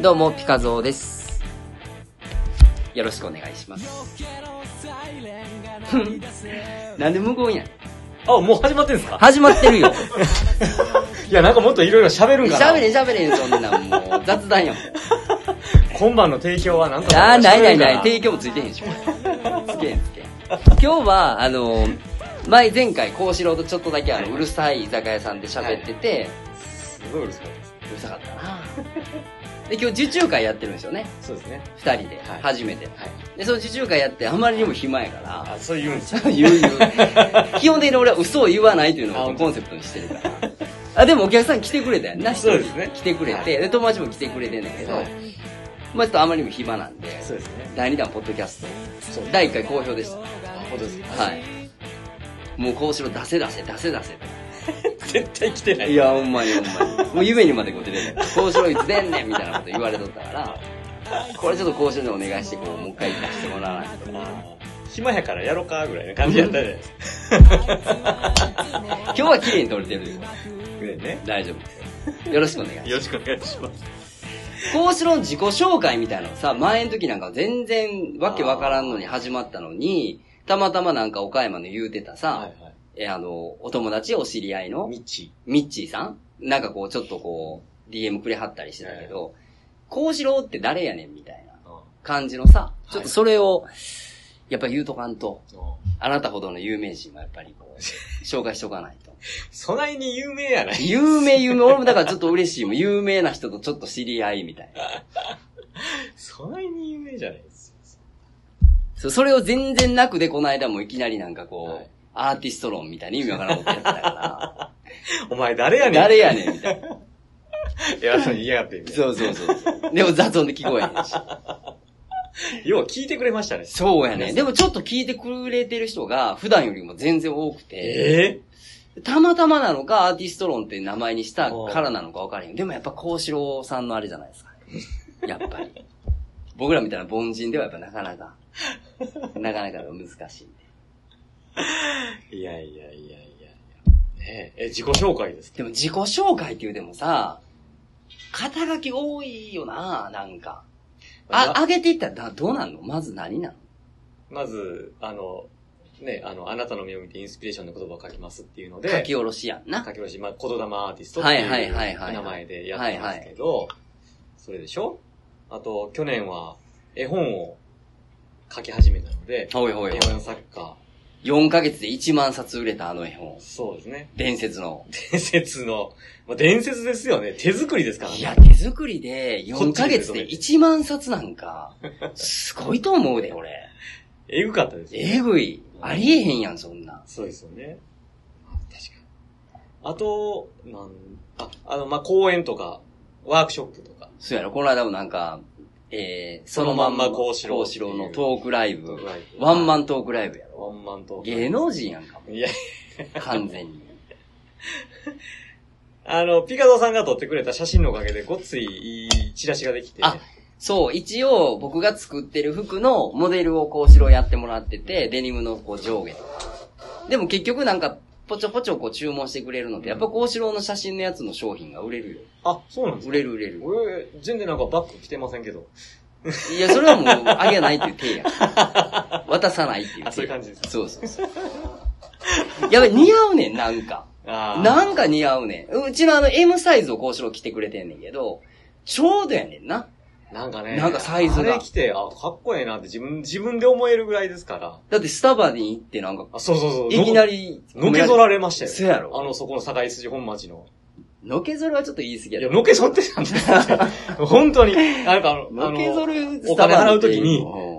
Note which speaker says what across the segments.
Speaker 1: どうも、 ピカゾーです。よろしくお願いします。なんで無言やん。
Speaker 2: あ、もう始まってんすか
Speaker 1: 始まってる よ。
Speaker 2: いや、なんかもっといろいろ喋るんかな。
Speaker 1: 喋れ喋れん、そんなんもう雑 談よ。
Speaker 2: 今晩の提供はなんとか
Speaker 1: あー、ないないない、
Speaker 2: 喋る
Speaker 1: 提供もついてへんし、これつけへんつけへん。今日は、あの、前、前回、幸四郎とちょっとだけ、あの、うるさい居酒屋さんで喋ってて、
Speaker 2: んかすごいうるさいです。
Speaker 1: うるさかったなで、今日、受注会やってるんですよね。
Speaker 2: そうですね。
Speaker 1: 二人で、
Speaker 2: はい
Speaker 1: 初めて。で、その受注会やって、あまりにも暇やから、
Speaker 2: あ、そう言うんですよ。
Speaker 1: 言う言う。基本的に俺は嘘を言わないというのをコンセプトにしてるから。あでもお客さん来てくれたやんな、一人
Speaker 2: そうですね
Speaker 1: 来てくれて、で、友達も来てくれてんだけど、
Speaker 2: はい
Speaker 1: まあちょっとあまりにも暇なんで、
Speaker 2: そうですね。
Speaker 1: 第2弾ポッドキャスト、
Speaker 2: そうです。
Speaker 1: 第1回好評でした。
Speaker 2: あ、ほどですか。
Speaker 1: はい。もうこうしろ出せ出せ出せ出せ
Speaker 2: 絶対来てない。
Speaker 1: いや、ほんまにほんまに。もう夢にまでこう出てる。こうしろいつ出んねんみたいなこと言われとったから、これちょっとこうしろでお願いして、こう、もう一回出してもらわないと。
Speaker 2: あー暇やからやろかぐらいの感じやったじゃないです
Speaker 1: 今日は綺麗に撮れてるよ。
Speaker 2: か。ね。
Speaker 1: 大丈夫ですよ。よろしくお願いします。
Speaker 2: よろしくお願いします。
Speaker 1: 孔子の自己紹介みたいなのさ、前の時なんか全然わけわからんのに始まったのに、たまたまなんか岡山の言うてたさ、
Speaker 2: はいはい。
Speaker 1: え、あの、お友達、お知り合いの
Speaker 2: みっち
Speaker 1: ミッチーさんなんかこう、ちょっとこう、DM くれはったりしてたけど、孔子郎って誰やねんみたいな
Speaker 2: ー。あ
Speaker 1: 感じのさ、ちょっとそれを、やっぱ言うとかんと、
Speaker 2: ーあ
Speaker 1: あなたほどの有名人はやっぱり こう、紹介しとかないと。
Speaker 2: ーそないに有名やない。
Speaker 1: 有名、有名、俺もだからちょっと嬉しいもん。有名な人とちょっと知り合いみたいな。
Speaker 2: そないに有名じゃないです
Speaker 1: そうそれを全然なくで、この間もいきなりなんかこう、
Speaker 2: はい
Speaker 1: アーティスト論みたいな意味わからんことやってたか
Speaker 2: よ。お前誰や
Speaker 1: ら、
Speaker 2: ねん。
Speaker 1: 誰やねんみたいな。
Speaker 2: いや、そう言いやがってみたいな。
Speaker 1: そうそうそうそう。でも雑音で聞こえへんし。
Speaker 2: よう聞いてくれましたね。
Speaker 1: そうやね。でもちょっと聞いてくれてる人が普段よりも全然多くて、
Speaker 2: え
Speaker 1: たまたまなのかアーティスト論って名前にしたからなのかわからへん。でもやっぱ幸四郎さんのあれじゃない ですか、ね。やっぱり。僕らみたいな凡人ではやっぱなかなか、なかなか難しいんで。
Speaker 2: えいやいやいやいやいや。ねえ、え、自己紹介ですか
Speaker 1: でも自己紹介って言うてもさ、肩書き多いよな、なんか。あ、上げていったらだどうなんのまず何なの
Speaker 2: まず、あの、ね、あの、あなたの目を見てインスピレーションの言葉を書きますっていうので、
Speaker 1: 書き下ろしやんな。
Speaker 2: 書き下ろし、まあ、言霊アーティストってい
Speaker 1: はい
Speaker 2: う
Speaker 1: はいはいはい
Speaker 2: 名前でやってますけど、それでしょあと、去年は絵本を書き始めたので、
Speaker 1: ほいほい
Speaker 2: 絵
Speaker 1: ほ
Speaker 2: 本作家、
Speaker 1: い。4ヶ月で1万冊売れたあの絵本。
Speaker 2: そうですね、
Speaker 1: 伝説の。
Speaker 2: 伝説の、まあ、伝説ですよね、手作りですからね。
Speaker 1: いや、手作りで4ヶ月で1万冊なんか、すごいと思うで、俺。
Speaker 2: えぐかったですよ
Speaker 1: えぐい。ありえへんやん、そんな。
Speaker 2: そうですよね。あ確かに。あと、なん、あ、あの、まあ、講演とか、ワークショップとか、
Speaker 1: そうやろ、この間もなんか、えー、
Speaker 2: そのまんま
Speaker 1: 幸
Speaker 2: 幸
Speaker 1: 四
Speaker 2: 四
Speaker 1: 郎
Speaker 2: 郎
Speaker 1: のトークライブ。ワ
Speaker 2: ワ
Speaker 1: ンマ
Speaker 2: ン。
Speaker 1: ントークライブやろ。
Speaker 2: ワンマンと。
Speaker 1: 芸能人やんか、も
Speaker 2: いや、
Speaker 1: う完全に。
Speaker 2: あの、ピカドさんが撮ってくれた写真のおかげで、ごっついいいチラシができて。
Speaker 1: あそう、一応僕が作ってる服のモデルをこうしろやってもらってて、デニムのこう上下とか。でも結局なんか、ぽちょぽちょこう注文してくれるので、やっぱこうしろの写真のやつの商品が売れるよ。
Speaker 2: あ、そうなんです
Speaker 1: 売
Speaker 2: か
Speaker 1: れる売れる。
Speaker 2: 俺、全然なんかバッグ着てませんけど。
Speaker 1: いや、それはもう、あげないっていう手や。渡さないっていう手。
Speaker 2: あそういう感じですか
Speaker 1: そうそうそう。やばい、似合うねん、なんか。
Speaker 2: あ
Speaker 1: なんか似合うねん。うちのあの M サイズをこうしろ着てくれてんねんけど、ちょうどやねんな。
Speaker 2: なんかね。
Speaker 1: なんかサイズが
Speaker 2: あれ着て、あ、かっこええなって自分、自分で思えるぐらいですから。
Speaker 1: だってスタバに行ってなんか、
Speaker 2: あ、そうそうそう。
Speaker 1: いきなり、
Speaker 2: のけぞられましたよ。
Speaker 1: そうやろ
Speaker 2: あの、そこの堺筋本町の。
Speaker 1: のけぞるはちょっと言い過ぎや
Speaker 2: い
Speaker 1: で
Speaker 2: や、のけぞってたんですよ。本当に。なんかあの、あ
Speaker 1: のけぞる
Speaker 2: お金払うときに、
Speaker 1: うん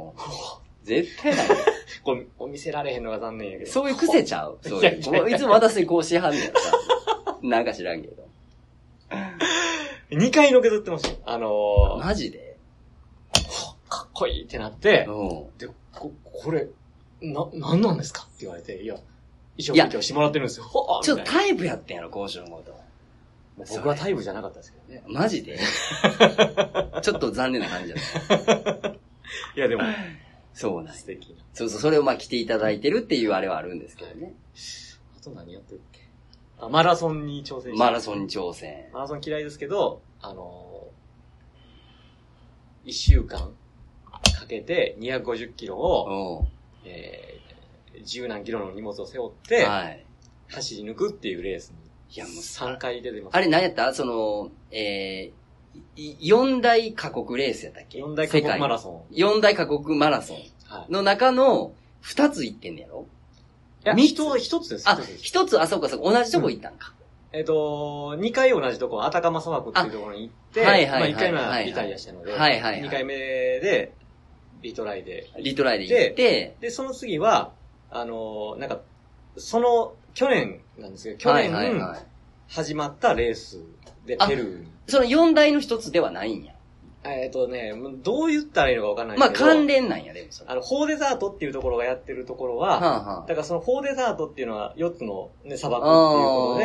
Speaker 1: 絶対ない。
Speaker 2: これ、見せられへんのが残念やけど。
Speaker 1: そういう癖ちゃう。そう
Speaker 2: いや
Speaker 1: い。
Speaker 2: いうや
Speaker 1: こういつも私こうしはんねんさ。なんか知らんけど。
Speaker 2: 二回のけぞってましたよ。あのー、
Speaker 1: マジで
Speaker 2: かっこいいってなって、
Speaker 1: う
Speaker 2: で、こ、これ、な、なんなんですかって言われて、いや、衣装
Speaker 1: いや
Speaker 2: 勉強してもらってるんですよ。ほ
Speaker 1: ん。
Speaker 2: ー
Speaker 1: ちょっと
Speaker 2: みた
Speaker 1: タ
Speaker 2: い
Speaker 1: イプやってんやろ、講師のこと。
Speaker 2: な僕はタイプじゃなかったですけどね。
Speaker 1: マジでちょっと残念な感じだった。
Speaker 2: いや、でも、
Speaker 1: そうなんや
Speaker 2: 素敵な。
Speaker 1: そうそう、それをまあ着ていただいてるっていうあれはあるんですけどね。
Speaker 2: あと何やってるっけあマラソンに挑戦して
Speaker 1: マラソンに挑戦。
Speaker 2: マラソン嫌いですけど、あのー、一週間かけて250キロを、
Speaker 1: お
Speaker 2: えー、十何キロの荷物を背負っ
Speaker 1: う
Speaker 2: て、
Speaker 1: はい。
Speaker 2: 走り抜くっていうレースに、
Speaker 1: いや、もう、
Speaker 2: 3回出てます。
Speaker 1: あれ何やったその、えー、4大過酷レースやったっけ
Speaker 2: 四大過酷マラ
Speaker 1: ソ
Speaker 2: ソン。
Speaker 1: ン。4大過酷マラソン
Speaker 2: はい。
Speaker 1: の中の2つ行ってんねやろ
Speaker 2: いや、
Speaker 1: 三つ
Speaker 2: 一つ一つです。
Speaker 1: あ
Speaker 2: 一つで、す
Speaker 1: 一つ、あ、そうか、そうか、同じとこ行ったんか。
Speaker 2: えっ、と、2回同じとこ、アタカマ砂漠っていうところに行って、
Speaker 1: あはいはいはい
Speaker 2: まあ1回目
Speaker 1: はい
Speaker 2: は
Speaker 1: はい
Speaker 2: リタイアしたので、
Speaker 1: はいはいはい
Speaker 2: 2回目で、リトライで。
Speaker 1: リトライで行って、
Speaker 2: で、その次は、あのーなんか、その、去年なんですけど、去
Speaker 1: はいはいは
Speaker 2: 年
Speaker 1: い。
Speaker 2: 始まったレースで、
Speaker 1: あ
Speaker 2: ペルーに。
Speaker 1: その4大の一つではないんや。
Speaker 2: えっ、とね、どう言ったらいいのかわかんないんで
Speaker 1: ますあ
Speaker 2: けど、
Speaker 1: 関連なんや、でもそれ。
Speaker 2: あの、フォーデザートっていうところがやってるところ
Speaker 1: は
Speaker 2: は、
Speaker 1: あ、は
Speaker 2: だからそのフォーデザートっていうのは4つの、ね、砂漠っていうこ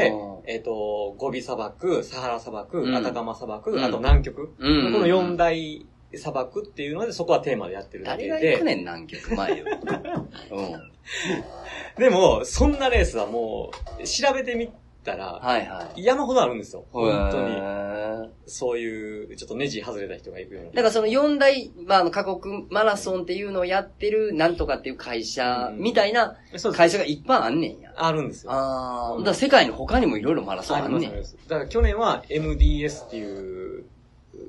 Speaker 2: とで、えっ、と、ゴビ砂漠、サハラ砂
Speaker 1: うん
Speaker 2: 漠、アタカマ砂漠、
Speaker 1: うん
Speaker 2: あと南極。
Speaker 1: あ、うん。
Speaker 2: この4大砂漠っていうので、そこはテーマでやってるだ
Speaker 1: 誰
Speaker 2: け
Speaker 1: が行く
Speaker 2: で。
Speaker 1: ねん、南極前よ。 うん。
Speaker 2: でも、そんなレースはもう、調べてみたら、
Speaker 1: はいはい。
Speaker 2: 山ほどあるんですよ。本当に。
Speaker 1: に。
Speaker 2: そういう、ちょっとネジ外れた人が行くような。
Speaker 1: だからその4大、まあ、あの、過酷マラソンっていうのをやってる、なんとかっていう会社、みたいな
Speaker 2: そうです
Speaker 1: 会社がいっぱいあんねんや。
Speaker 2: あるんですよ。
Speaker 1: ああ、だから世界の他にもいろいろマラソンあ
Speaker 2: り
Speaker 1: ん
Speaker 2: ます
Speaker 1: ね
Speaker 2: あり
Speaker 1: ん。
Speaker 2: ますだから去年は MDS っていう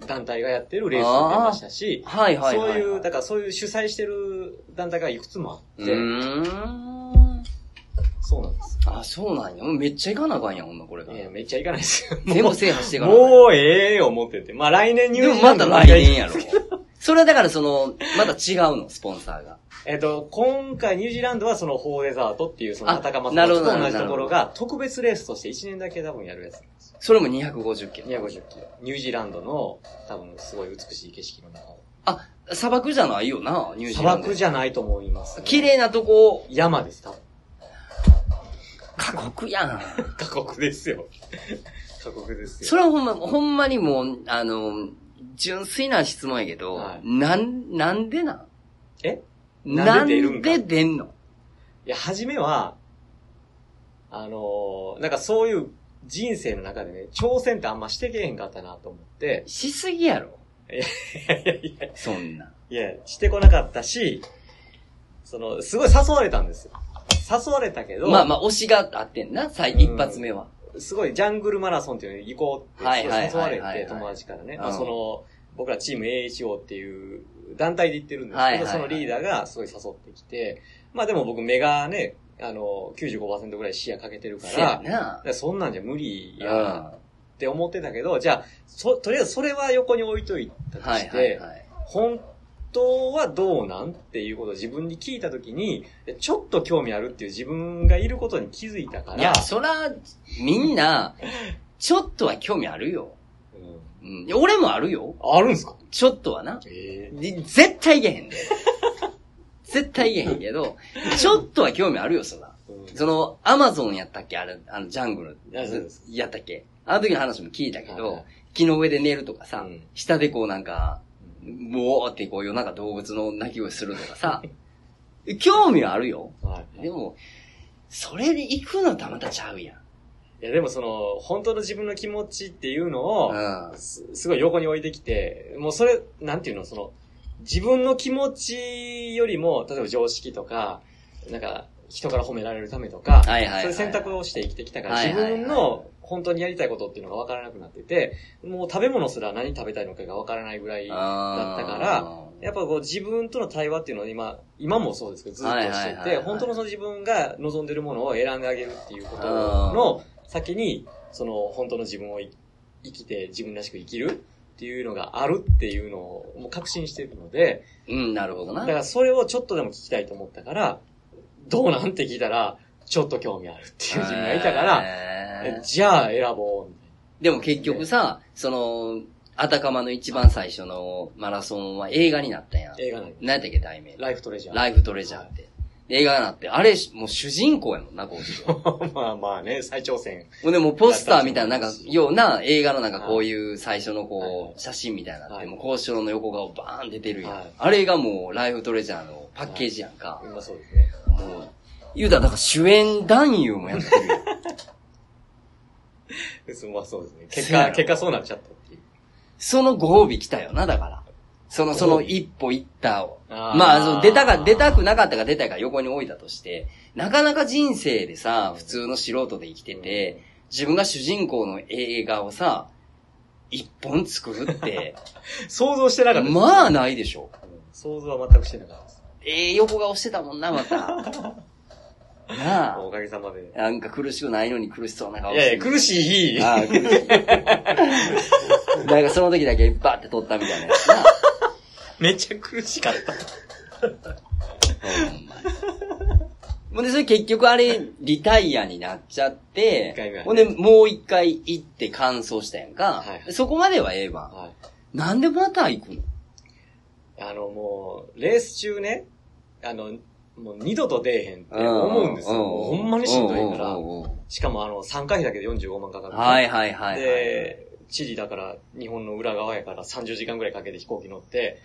Speaker 2: 団体がやってるレースを出ましたし、
Speaker 1: はいはいはい
Speaker 2: そう
Speaker 1: はい。
Speaker 2: いう、だからそういう主催してる団体がいくつもあ
Speaker 1: う
Speaker 2: って、
Speaker 1: ーん。
Speaker 2: そうなんです。
Speaker 1: あ、そうなんや。めっちゃ行かなあかんやん、ほんなこれが。
Speaker 2: えーめっちゃ行かないですよ。
Speaker 1: 全部制覇していかなあかんやん
Speaker 2: もうええ思ってて。まあ来年ニュ
Speaker 1: で
Speaker 2: ー
Speaker 1: も
Speaker 2: ジーラ
Speaker 1: ま
Speaker 2: ンド
Speaker 1: た
Speaker 2: に
Speaker 1: 来年やろ。それはだからその、また違うの、スポンサーが。
Speaker 2: えっ、と、今回ニュージーランドはそのフォーデザートっていうそ
Speaker 1: あ
Speaker 2: の高松
Speaker 1: なるほ
Speaker 2: と
Speaker 1: ど
Speaker 2: 同じところが特別レースとして1年だけ多分やるやつなんですよ。
Speaker 1: それも250キロ。
Speaker 2: 250キロ。ニュージーランドの多分すごい美しい景色の中を。
Speaker 1: 砂漠じゃないよな、ニュージー
Speaker 2: 砂
Speaker 1: ランド。
Speaker 2: 漠じゃないと思います、
Speaker 1: 綺。麗なとこ、
Speaker 2: 山です、多分。
Speaker 1: 過酷やん。
Speaker 2: 過酷ですよ。過酷ですよ。
Speaker 1: それはほんま、ほんまにもう、あの、純粋な質問やけど、
Speaker 2: はい
Speaker 1: なん、なんでなん
Speaker 2: え
Speaker 1: な
Speaker 2: なんんで出るんか
Speaker 1: で出んの
Speaker 2: いや、初めは、あのーなんかそういう人生の中でね、挑戦ってあんましてけへんかったなと思って、
Speaker 1: しすぎやろ。
Speaker 2: いやいやいや
Speaker 1: そんな。
Speaker 2: いや、してこなかったし、その、すごい誘われたんですよ。誘われたけど、
Speaker 1: まあまあ、推しがあってんな、最、
Speaker 2: うん
Speaker 1: 一発目は。
Speaker 2: すごいジャングルマラソンっていうのに行こうっ
Speaker 1: はい
Speaker 2: て、すご
Speaker 1: はいい
Speaker 2: 誘わ
Speaker 1: はいはい
Speaker 2: れ
Speaker 1: はい
Speaker 2: て、友達からね。
Speaker 1: うん
Speaker 2: まあその、僕らチーム AHO っていう団体で行ってるんです
Speaker 1: はい
Speaker 2: け
Speaker 1: はい
Speaker 2: ど、
Speaker 1: はい
Speaker 2: そのリーダーがすごい誘ってきて、まあでも僕目がね、あの、95%ぐらい視野かけてるか
Speaker 1: せ
Speaker 2: ら、
Speaker 1: やな。
Speaker 2: でそんなんじゃ無理
Speaker 1: い
Speaker 2: やって思ってたけど、じゃあ、そ、とりあえずそれは横に置いといたと
Speaker 1: は
Speaker 2: し
Speaker 1: い
Speaker 2: て、
Speaker 1: はいはい。
Speaker 2: 本当はどうなんっていうことを自分に聞いたときに、ちょっと興味あるっていう自分がいることに気づいたから、
Speaker 1: いや、そら、みんな、ちょっとは興味あるよ。
Speaker 2: うん
Speaker 1: うん。いや俺もあるよ。
Speaker 2: あるんですか
Speaker 1: ちょっとはな。
Speaker 2: え
Speaker 1: で絶対言えへ んで。絶対言えへんけど、ちょっとは興味あるよ、そら。
Speaker 2: え
Speaker 1: その、アマゾンやったっけあれ、あの、ジャングル
Speaker 2: あそうです。
Speaker 1: やったっけあの時の話も聞いたけ
Speaker 2: はいは
Speaker 1: ど
Speaker 2: い、
Speaker 1: 木の上で寝るとかさ、
Speaker 2: うん
Speaker 1: 下でこうなんか、もーってこう夜中動物の鳴き声するとかさ、 興味はあるよ。
Speaker 2: はい、
Speaker 1: でも、それで行くのたまたちゃうやん。
Speaker 2: いやでもその、本当の自分の気持ちっていうのを、
Speaker 1: うん。
Speaker 2: すすごい横に置いてきて、もうそれ、なんていうの、その、自分の気持ちよりも、例えば常識とか、なんか、人から褒められるためとか、
Speaker 1: はいはいはい
Speaker 2: そういう選択をして生きてきたから、
Speaker 1: はいはいはい
Speaker 2: 自分の本当にやりたいことっていうのが分からなくなってて、もう食べ物すら何食べたいのかが分からないぐらい、や
Speaker 1: だ
Speaker 2: ったからっぱこう自分との対話っていうのを今、今もそうですけど、ずっと
Speaker 1: は
Speaker 2: し
Speaker 1: い
Speaker 2: て
Speaker 1: はいはい
Speaker 2: て、
Speaker 1: はい
Speaker 2: 本当のその自分が望んでるものを選んであげるっていうことの先に、その本当の自分をい生きて自分らしく生きるっていうのがあるっていうのをもう確信しているので、
Speaker 1: うん、なるほどな
Speaker 2: だか。らそれをちょっとでも聞きたいと思ったから、どうなんて聞いたら、ちょっと興味あるっていう自分がいたから、
Speaker 1: へー
Speaker 2: じゃあ選ぼうみ
Speaker 1: でも結局さ、その、アタカマの一番最初のマラソンは映画になったやん。
Speaker 2: たいな。映画なんで
Speaker 1: 何やったっけ、題名。
Speaker 2: ライフトレジャー。
Speaker 1: ライフトレジャーって。映画になって、あれ、もう主人公やもんな、こうして。
Speaker 2: まあまあね、再挑戦。
Speaker 1: ほんでもうポスターみたいな、なんか、ような映画のなんか
Speaker 2: はい
Speaker 1: こういう最初のこ
Speaker 2: は
Speaker 1: う、写真みたいなのっ
Speaker 2: は
Speaker 1: て、
Speaker 2: い
Speaker 1: もう交渉の横顔バーン出てるや
Speaker 2: は
Speaker 1: ん
Speaker 2: い。
Speaker 1: あれがもうライフトレジャーのパッケージやんか。
Speaker 2: まあそうですね。
Speaker 1: もう、言うたら、だから主演男優もやってるよ。
Speaker 2: そうまあそうですね。結
Speaker 1: せや
Speaker 2: 果、
Speaker 1: ろ
Speaker 2: 結果そうなっちゃったっていう。
Speaker 1: そのご褒美来たよな、だから。その、そ
Speaker 2: ご
Speaker 1: の
Speaker 2: 褒美
Speaker 1: 一歩一ったを。
Speaker 2: あー
Speaker 1: まあ、その出たか、出たくなかったか出たか横に置いたとして、なかなか人生でさ、普通の素人で生きてて、自分が主人公の映画をさ、一本作るって、
Speaker 2: 想像してなかったで す。
Speaker 1: まあないでしょ。
Speaker 2: うん想像は全くしてなかったです。
Speaker 1: ええ横顔してたもん な、また。なあ。
Speaker 2: おかげさまで。
Speaker 1: なんか苦しくないのに苦しそうな顔
Speaker 2: い
Speaker 1: してる。
Speaker 2: やいや、苦しい。
Speaker 1: ああ、苦し い。なんかその時だけバーって撮ったみたいなやつな。
Speaker 2: めっちゃ苦しかった。
Speaker 1: ほんで、それ結局あれ、リタイアになっちゃっ
Speaker 2: 一回目
Speaker 1: て
Speaker 2: は、ね
Speaker 1: ほんで、もう一回行って乾燥したやんか。
Speaker 2: はいはい
Speaker 1: そこまではええわ。
Speaker 2: はい。
Speaker 1: なんでまた行くの
Speaker 2: あのもう、レース中ね、あの、もう二度と出えへんって思うんですよ。もうほんまにしんどいから
Speaker 1: う。んうんうんうん
Speaker 2: しかもあの、3回だけで45万かかる。
Speaker 1: はいはいはいはい。
Speaker 2: で、チリだから、日本の裏側やから30時間ぐらいかけて飛行機乗って、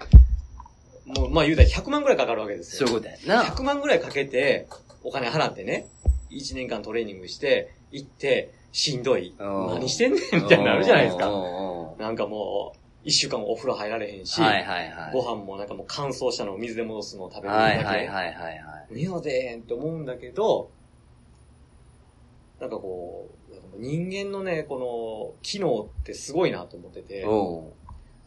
Speaker 2: もう、まあ言うたら100万ぐらいかかるわけです
Speaker 1: そう
Speaker 2: よ。
Speaker 1: いうことやんな。
Speaker 2: 100万ぐらいかけて、お金払ってね、1年間トレーニングして、行って、しんどい。
Speaker 1: うん
Speaker 2: 何してんねんみたいになるじゃないです
Speaker 1: うんう
Speaker 2: か。
Speaker 1: んうん
Speaker 2: なんかもう、1週間お風呂入られへんし、
Speaker 1: はいはいはい。
Speaker 2: ご飯もなんかもう乾燥したのを水で戻すのを食べるだ
Speaker 1: はい
Speaker 2: け。
Speaker 1: はいはいはいはい。
Speaker 2: 目を出えんと思うんだけど、なんかこう、なんかもう人間のね、この機能ってすごいなと思ってて、だか
Speaker 1: おう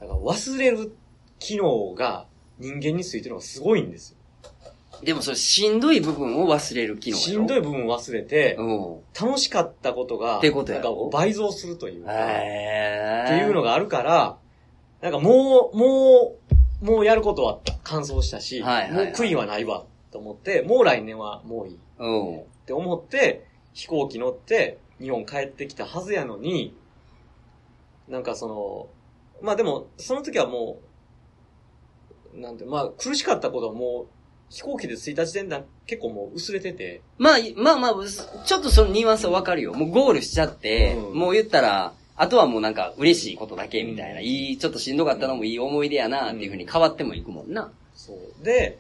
Speaker 2: ら忘れる機能が人間についてるのがすごいんですよ。
Speaker 1: でもそれ、しんどい部分を忘れる機能
Speaker 2: しんど
Speaker 1: い。
Speaker 2: い部分忘れて、
Speaker 1: うん。
Speaker 2: 楽しかったことが、
Speaker 1: ってことや
Speaker 2: なんかこう倍増するというか、
Speaker 1: へ
Speaker 2: っ
Speaker 1: ー
Speaker 2: ていうのがあるから、なんかもう、もう、もうやることは完走したし、
Speaker 1: はいはいはい
Speaker 2: もう悔いはないわと思って、もう来年はもういい。
Speaker 1: うん。
Speaker 2: って思って、飛行機乗って、日本帰ってきたはずやのに、なんかその、まあでも、その時はもう、なんて、まあ苦しかったことはもう、飛行機で着いた時点では結構もう薄れてて、
Speaker 1: まあ、まあまあ、すちょっとそのニュアンスはわかるよ。もうゴールしちゃって、
Speaker 2: うん
Speaker 1: もう言ったら、あとはもうなんか嬉しいことだけみたいな、
Speaker 2: うん
Speaker 1: いい、ちょっとしんどかったのもいい思い出やな、っていうふうに変わってもいくもんな。
Speaker 2: そう。で、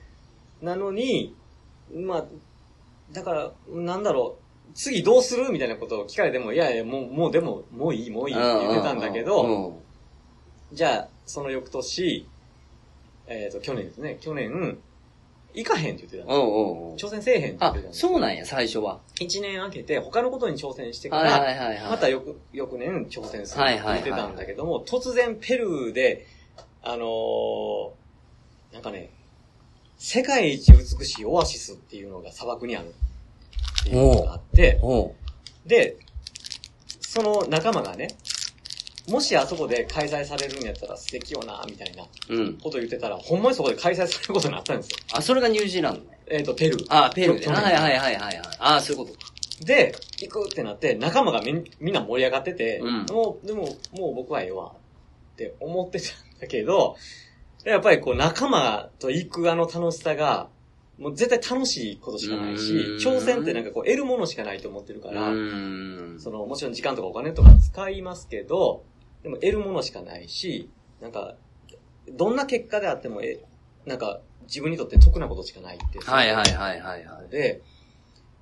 Speaker 2: なのに、まあ、だから、なんだろう、次どうするみたいなことを聞かれても、いやいや、もう、もうでも、もういい、もういいって言ってたんだけど、
Speaker 1: うん
Speaker 2: じゃあ、その翌年、えっ、と、去年ですね。去年、行かへんって言ってたんで
Speaker 1: うんうんうん
Speaker 2: す。挑戦せえへんって言っ
Speaker 1: あ
Speaker 2: てたん、です。
Speaker 1: そうなんや、最初は。
Speaker 2: 一年空けて、他のことに挑戦してか
Speaker 1: はいは
Speaker 2: ら、
Speaker 1: いはいはい。
Speaker 2: また翌、翌年挑戦するっ
Speaker 1: は
Speaker 2: て
Speaker 1: いはい
Speaker 2: 言
Speaker 1: はい
Speaker 2: ってたんだけども、突然ペルーで、あのーなんかね、世界一美しいオアシスっていうのが砂漠にあるっていうのがあって、
Speaker 1: おう
Speaker 2: で、その仲間がね、もしあそこで開催されるんやったら素敵よな、みたいな
Speaker 1: うん。
Speaker 2: こと言ってたら、ほんまにそこで開催されることになったんですよ。
Speaker 1: あ、それがニュージーランドね。
Speaker 2: えっ、と、ペルー。
Speaker 1: あ、ペルーで
Speaker 2: 去
Speaker 1: な。
Speaker 2: 年
Speaker 1: はいはいはいはいはい。あ、そういうことか。
Speaker 2: で、行くってなって、仲間がみんみんな盛り上がってて、
Speaker 1: うん
Speaker 2: もう、でも、もう僕はええわ、って思ってたんだけど、やっぱりこう仲間と行くあの楽しさが、もう絶対楽しいことしかないし
Speaker 1: うん、
Speaker 2: 挑戦ってなんかこう得るものしかないと思ってるか
Speaker 1: う
Speaker 2: ら、
Speaker 1: ーん。
Speaker 2: その、もちろん時間とかお金とか使いますけど、でも得るものしかないし、なんか、どんな結果であっても、え、なんか、自分にとって得なことしかないって。
Speaker 1: はいはいはいはいは。
Speaker 2: ないので、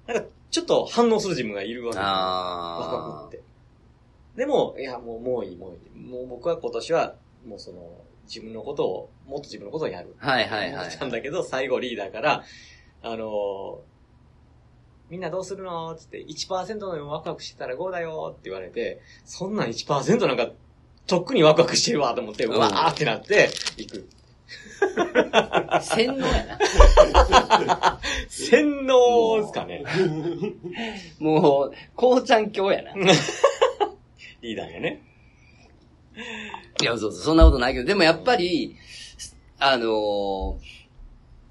Speaker 2: なんか、ちょっと反応する自分がいるわけですよ。若く
Speaker 1: あ
Speaker 2: って。でも、いや、もう、もういい、もういい。もう僕は今年は、もうその、自分のことを、もっと自分のことをやる。
Speaker 1: あ。はいはいは
Speaker 2: 思
Speaker 1: い
Speaker 2: っ。たんだけど、最後リーダーから、あのーみんなどうするのつって、1%のワクワクしてたら5だよって言われて、そんなん1%なんか、とっくにワクワクしてるわと思って、
Speaker 1: うん
Speaker 2: うわーってなって、行く。
Speaker 1: 洗脳やな。
Speaker 2: 洗脳ですかね。
Speaker 1: もう、こうちゃん教やな。
Speaker 2: リーダーがね。
Speaker 1: いや、そうそう、そんなことないけど、でもやっぱり、あのー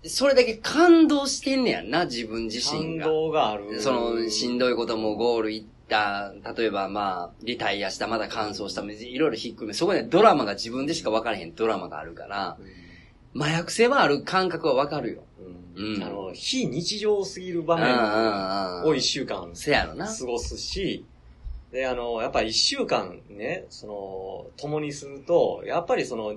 Speaker 1: それだけ感動してんねやんな、自分自身
Speaker 2: 感
Speaker 1: が。
Speaker 2: 動がある。
Speaker 1: その、しん
Speaker 2: い。
Speaker 1: どいこともゴール行った、例えばまあ、リタイアした、まだ乾燥した、いろいろひっくるめ、そこでドラマが自分でしか分からへんドラマがあるから、麻薬性はある感覚は分かるよ。
Speaker 2: うん
Speaker 1: うん
Speaker 2: あの、非日常すぎる場
Speaker 1: うんうんう
Speaker 2: 面
Speaker 1: ん
Speaker 2: を
Speaker 1: う
Speaker 2: 一
Speaker 1: ん。
Speaker 2: 週間
Speaker 1: せやろな。
Speaker 2: 過ごすし、で、あの、やっぱ一週間ね、その、共にすると、やっぱりその、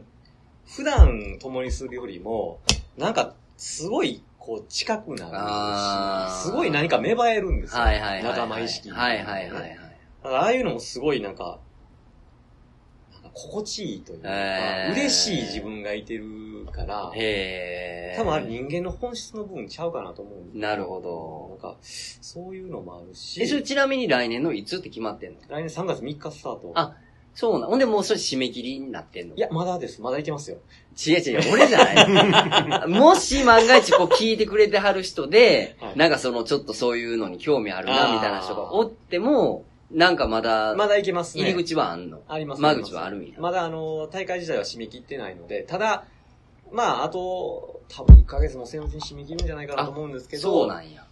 Speaker 2: 普段共にするよりも、なんか、すごい、こう、近くな
Speaker 1: あ
Speaker 2: る
Speaker 1: ー
Speaker 2: し、すごい何か芽生えるんですよ。
Speaker 1: はいはいはいはい。
Speaker 2: 仲間意識。
Speaker 1: はいはいはいはい。
Speaker 2: なんかああいうのもすごいなんか、なんか心地いいというか、
Speaker 1: えー
Speaker 2: 嬉しい自分がいてるから、
Speaker 1: へえ。
Speaker 2: 多分あれ人間の本質の部分ちゃうかなと思うんですけ
Speaker 1: なるほど
Speaker 2: なんか、そういうのもあるし、
Speaker 1: え、それ
Speaker 2: 来
Speaker 1: ちなみに来年のいつって決まってんの
Speaker 2: 年3月3日スタート。
Speaker 1: あそうな。ほんでもうそれ締め切りになってんの
Speaker 2: いや、まだです。まだいけますよ。
Speaker 1: 違う違う、俺じゃない もし万が一こう聞いてくれてはる人で、
Speaker 2: はい
Speaker 1: なんかそのちょっとそういうのに興味あるな、みたいな人がおっても、なんかまだ、
Speaker 2: まだいけますね。
Speaker 1: 入り口はあんの、
Speaker 2: あります
Speaker 1: 間口はあるんや。
Speaker 2: まだあの、大会自体は締め切ってないので、ただ、まあ、あと、多分1ヶ月もせんうちに締め切るんじゃないかなと思うんですけど、
Speaker 1: そうなんや。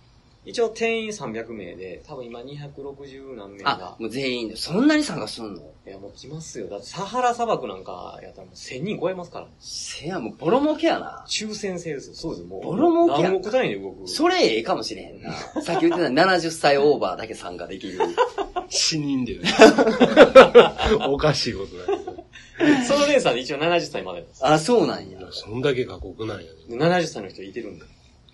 Speaker 2: 一応定員300名で、多分今260何名
Speaker 1: あ
Speaker 2: が、、
Speaker 1: もう全員で。そんなに参加すんの
Speaker 2: いや、もう来ますよ。だってサハラ砂漠なんかやったらもう1000人超えますから。
Speaker 1: せや、もうボロ儲けやな。
Speaker 2: 抽選制ですよ。そうですよ。もう。
Speaker 1: ボロ儲けや
Speaker 2: 何億単位で動く。
Speaker 1: それええかもしれへん な。さっき言ってた70歳オーバーだけ参加できる。
Speaker 3: 死人でね。 おかしいことだよ。
Speaker 2: そのレーサーで一応70歳までなんです。
Speaker 1: あ、そうなん や。
Speaker 3: そんだけ過酷なんやね。
Speaker 2: で70歳の人いてるんで。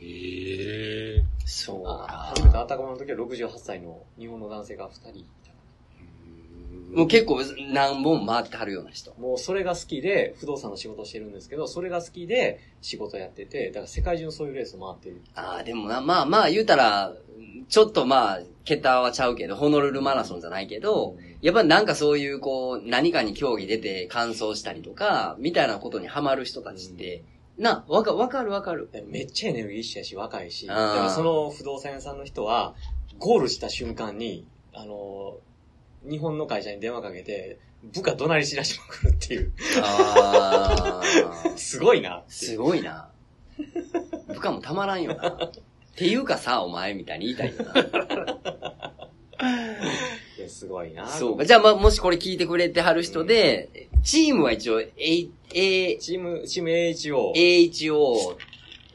Speaker 3: ええ
Speaker 1: そうか
Speaker 2: 初。めてあたこまの時は68歳の日本の男性が2人いた。
Speaker 1: もう結構何本回ってはるような人。
Speaker 2: もうそれが好きで、不動産の仕事をしてるんですけど、それが好きで仕事やってて、だから世界中のそういうレースを回ってる。
Speaker 1: ああ、でもな、まあまあ言うたら、ちょっとまあ、桁はちゃうけど、ホノルルマラソンじゃないけど、やっぱなんかそういうこう、何かに競技出て完走したりとか、みたいなことにハマる人たちって、な、わか、わかるわかる。
Speaker 2: でめっちゃエネルギッシュやし、若いし、
Speaker 1: あ
Speaker 2: だ
Speaker 1: ー
Speaker 2: からその不動産屋さんの人は、ゴールした瞬間に、あの、日本の会社に電話かけて、部下怒鳴り散らしまくるっていう、
Speaker 1: ああ、
Speaker 2: すごいなっていう
Speaker 1: すごいな。部下もたまらんよな。っていうかさ、お前みたいに言いたいよな。
Speaker 2: いやすごいな
Speaker 1: そうか。じゃあ、まあ、もしこれ聞いてくれてはる人で、チームは一応、A、A、
Speaker 2: チーム、チーム AHO。
Speaker 1: AHO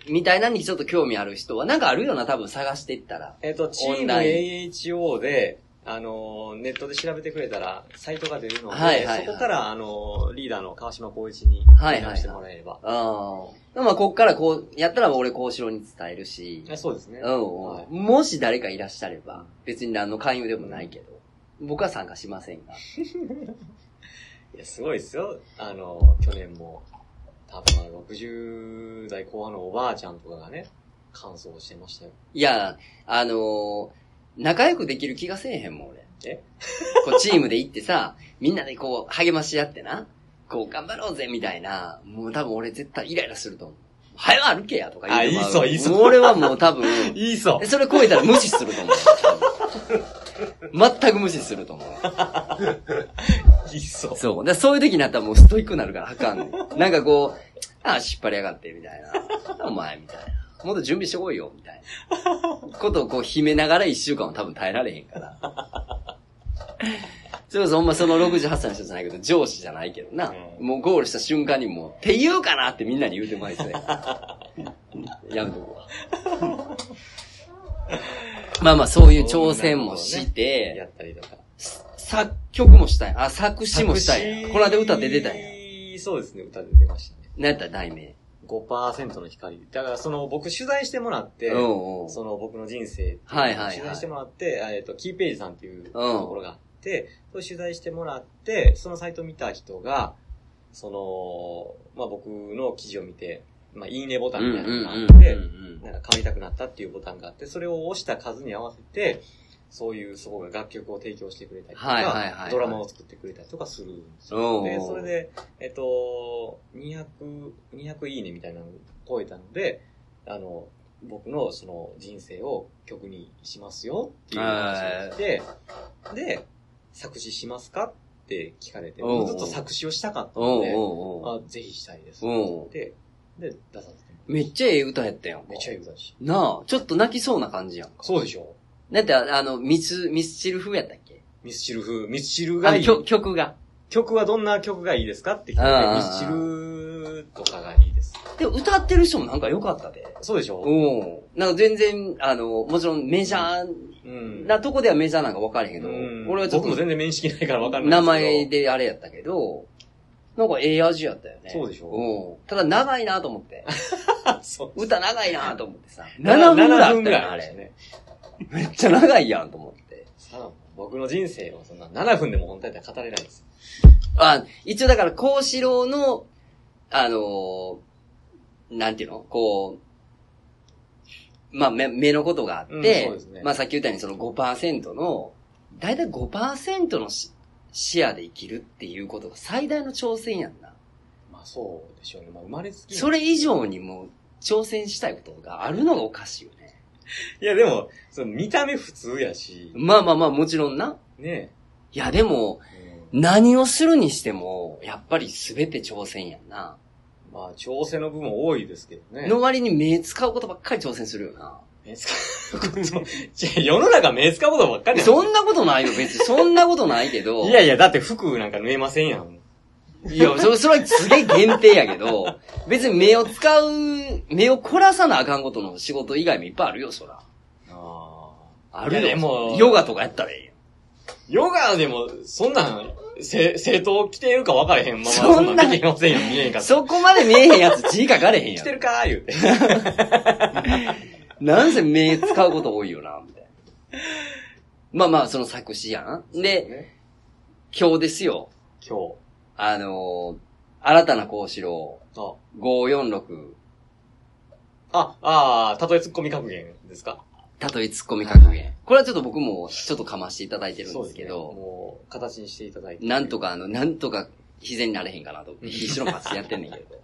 Speaker 1: みたいなのにちょっと興味ある人は、なんかあるよな、多分探していったら。
Speaker 2: えっ、と、チ
Speaker 1: オ
Speaker 2: ー
Speaker 1: ン
Speaker 2: ム
Speaker 1: ラ
Speaker 2: AHO で、あのー、ネットで調べてくれたら、サイトが出るので、
Speaker 1: はいはいはい
Speaker 2: そこから、あのー、リーダーの川島光一に、
Speaker 1: はいはいはい
Speaker 2: してもらえれば。
Speaker 1: ああ。まあ、こっからこう、やったら俺、こうしろに伝えるし。
Speaker 2: あそうですね。
Speaker 1: うんうん、
Speaker 2: はい
Speaker 1: もし誰かいらっしゃれば、別に何の勧誘でもないけど、僕は参加しませんが。
Speaker 2: いや、すごいですよ。あのー、去年も、多分60代後半のおばあちゃんとかがね、感想をしてましたよ。
Speaker 1: いや、あのー仲良くできる気がせえへんもん、俺。
Speaker 2: え
Speaker 1: こう、チームで行ってさ、みんなでこう、励まし合ってな、こう、頑張ろうぜ、みたいな、もう多分俺絶対イライラすると思う。早く歩けや、とか言うてまう
Speaker 2: あいいぞいいぞ
Speaker 1: もう俺はもう多分、
Speaker 2: いいそ
Speaker 1: でそれ超えたら無視すると思う。多分全く無視すると思う。
Speaker 2: いいそ
Speaker 1: そう。でそういう時になったらもうストイックになるからあかんね ん。なんかこう、ああ、引っ張りやがって、みたいな。お前、みたいな。もっと準備してこいよ、みたい な。ことをこう、秘めながら一週間は多分耐えられへんから。 それこそほんまその68歳の人じゃないけど、上司じゃないけどな。
Speaker 2: うん
Speaker 1: もうゴールした瞬間にもう、って言うかなってみんなに言うてまいですね。 やめとこう。まあまあ、そういう挑戦もして、
Speaker 2: やったりとか。
Speaker 1: 作曲もしたい。あ、作詞もしたい。
Speaker 2: 作詞
Speaker 1: この間歌出てたんや。
Speaker 2: そうですね、歌出てましたね。
Speaker 1: 何やった題名。
Speaker 2: 5%の光。だから、その、僕取材してもらって、
Speaker 1: うんうん。
Speaker 2: その僕の人生ってうのを
Speaker 1: はいはいはい
Speaker 2: 取材してもらって、えっ、と、キーページさんっていうところがあって、それ取材してもらって、そのサイトを見た人が、その、まあ僕の記事を見て、まあいいねボタン
Speaker 1: うん
Speaker 2: み
Speaker 1: う
Speaker 2: たい
Speaker 1: んう
Speaker 2: なのがあ
Speaker 1: ん
Speaker 2: っ
Speaker 1: う
Speaker 2: て、
Speaker 1: ん。
Speaker 2: なんか変わりたくなったっていうボタンがあって、それを押した数に合わせて、そういう、そこが楽曲を提供してくれたりとか、
Speaker 1: はいはいはい
Speaker 2: ドラマを作ってくれたりとかするんですよ。
Speaker 1: おう
Speaker 2: で、それで、えっと、200、200いいねみたいなのを超えたので、あの、僕のその人生を曲にしますよっていう話をして、で、作詞しますかって聞かれて、
Speaker 1: おう
Speaker 2: ずっと作詞をしたかった
Speaker 1: お
Speaker 2: の
Speaker 1: う
Speaker 2: で、
Speaker 1: おうおう
Speaker 2: あぜひしたいです。
Speaker 1: おう
Speaker 2: で、で、出させてもら
Speaker 1: めっちゃええ歌やったやんか
Speaker 2: めっちゃいい歌だし。
Speaker 1: なあ、ちょっと泣きそうな感じやんか。
Speaker 2: そうでしょ
Speaker 1: だって、ああの、ミス、ミスチル風やったっけ
Speaker 2: ミスチル風、ミスチル
Speaker 1: あ
Speaker 2: が
Speaker 1: の
Speaker 2: いい。
Speaker 1: 曲曲が。
Speaker 2: 曲はどんな曲がいいですかって聞
Speaker 1: うんうんうん
Speaker 2: いて、ミスチルとかがいいです。
Speaker 1: でも歌ってる人もなんか良かったで。
Speaker 2: そうでしょ
Speaker 1: うん。なんか全然、あの、もちろんメジャー
Speaker 2: うん
Speaker 1: なとこではメジャーなんか分からへんけど、
Speaker 2: うん
Speaker 1: 俺はちょっ
Speaker 2: 僕も
Speaker 1: と
Speaker 2: 全然面識ないからわかんな
Speaker 1: 名
Speaker 2: い
Speaker 1: 前
Speaker 2: ですけ
Speaker 1: であれやったけど、なんかええ味やったよね。
Speaker 2: そうでしょ
Speaker 1: うん。ただ長いなと思って。
Speaker 2: ど。あ そう
Speaker 1: 歌長いなと思ってさ。7分ぐらいあったよな、あ
Speaker 2: あれ。
Speaker 1: れ。めっちゃ長いやんと思って。
Speaker 2: さあ僕の人生をそんな7分でも本当やったら語れないです。
Speaker 1: あ、一応だから、幸四郎の、あのーなんていうのこう、まあ、目、目のことがあって、
Speaker 2: うんそうですね
Speaker 1: まあ、さっき言ったようにその5%の、だいたい5%のし視野で生きるっていうことが最大の挑戦やんな。
Speaker 2: まあそうでしょうね。まあ生まれつき。
Speaker 1: それ以上にもう挑戦したいことがあるのがおかしいよね。
Speaker 2: いやでも、その見た目普通やし、
Speaker 1: まあまあまあ、もちろんな。
Speaker 2: ね
Speaker 1: いや、でも、何をするにしても、やっぱり全て挑戦やんな。
Speaker 2: まあ調整の部分多いですけどね。
Speaker 1: の割に目使うことばっかり挑戦するよな。
Speaker 2: 目つかう こと。違う世の中目つかうことばっかり
Speaker 1: そ
Speaker 2: なん
Speaker 1: なことないよ、別に。そんなことないけど。
Speaker 2: いやいや、だって服なんか縫えませんやん。
Speaker 1: いや、そそれはすげえ限定やけど、別に目を使う、目を凝らさなあかんことの仕事以外もいっぱいあるよ、そら。
Speaker 2: あ
Speaker 1: あるよ。
Speaker 2: いやでも
Speaker 1: ヨガとかやったらええよ。
Speaker 2: ヨガでも、そんなん、せ、正当着てるか分からへんまま、
Speaker 1: そんな
Speaker 2: できませんよ、見えへんかった。
Speaker 1: そこまで見えへんやつ字書かれへん
Speaker 2: 着
Speaker 1: や
Speaker 2: て
Speaker 1: ん。
Speaker 2: るかー言うて。
Speaker 1: なんせ目使うこと多いよな、みたいな。まあまあ、その作詞やん。で、
Speaker 2: ね
Speaker 1: 今日ですよ。
Speaker 2: 今日。
Speaker 1: あのー新たな幸四郎、
Speaker 2: あ、
Speaker 1: 546、
Speaker 2: あ、あー、例えツッコミ格言ですか
Speaker 1: たとえ突っ込み格言。これはちょっと僕も、ちょっとかましていただいてるんですけ
Speaker 2: そう
Speaker 1: ど、
Speaker 2: ねもう、形にしていただいて。
Speaker 1: なんとかあの、なんとか、膝になれへんかなと思って、必死のパスやってんねんけど。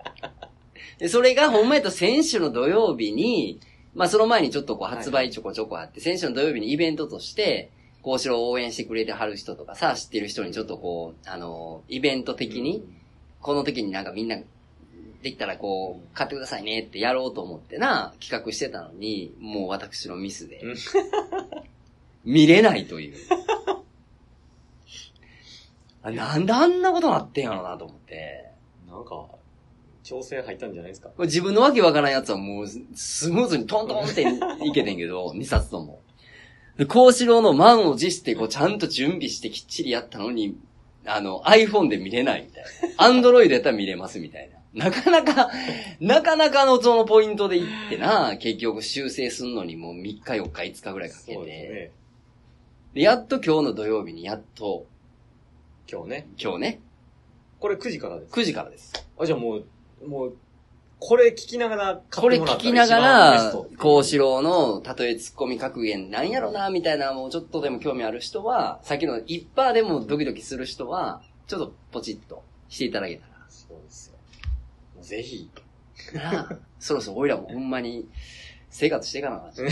Speaker 1: で、それが、ほんまやと先週の土曜日に、まあその前にちょっとこう発売ちょこちょこあって、先週の土曜日にイベントとして、こうしろ応援してくれてはる人とかさ、知ってる人にちょっとこう、あの、イベント的に、この時になんかみんな、できたらこう、買ってくださいねってやろうと思ってな、企画してたのに、もう私のミスで
Speaker 2: うん、
Speaker 1: 見れないという。あなんであんなことなってんやろなと思って。
Speaker 2: なんか、調整入ったんじゃないですか。
Speaker 1: これ自分のわけわからんやつはもう、スムーズにトントンっていけてんけど、2冊と も。で、幸四郎の満を持して、こう、ちゃんと準備してきっちりやったのに、あの、iPhone で見れないみたいな。Android やったら見れますみたいな。な かなか、なかなかのそのポイントでいってな、結局修正すんのにもう3日4日5日ぐらいかけて。
Speaker 2: そうですね。
Speaker 1: で、やっと今日の土曜日にやっと、
Speaker 2: 今日ね。
Speaker 1: 今日ね、
Speaker 2: これ9時からです。
Speaker 1: 9時からです。
Speaker 2: あ、じゃあもう、もう、これ聞きながら買
Speaker 1: こ
Speaker 2: って
Speaker 1: れ
Speaker 2: もら
Speaker 1: 聞
Speaker 2: った
Speaker 1: き
Speaker 2: ら
Speaker 1: な
Speaker 2: 一番
Speaker 1: が
Speaker 2: ベス
Speaker 1: ら
Speaker 2: ト、
Speaker 1: 幸四郎の、たとえツッコミ格言なんやろな、みたいな、もうちょっとでも興味ある人は、さっきの一パーでもドキドキする人は、ちょっとポチッとしていただけた
Speaker 2: そうですよ。もうぜひ。
Speaker 1: ら。なあそろそろ俺らもほんまに、生活していかなあかんしな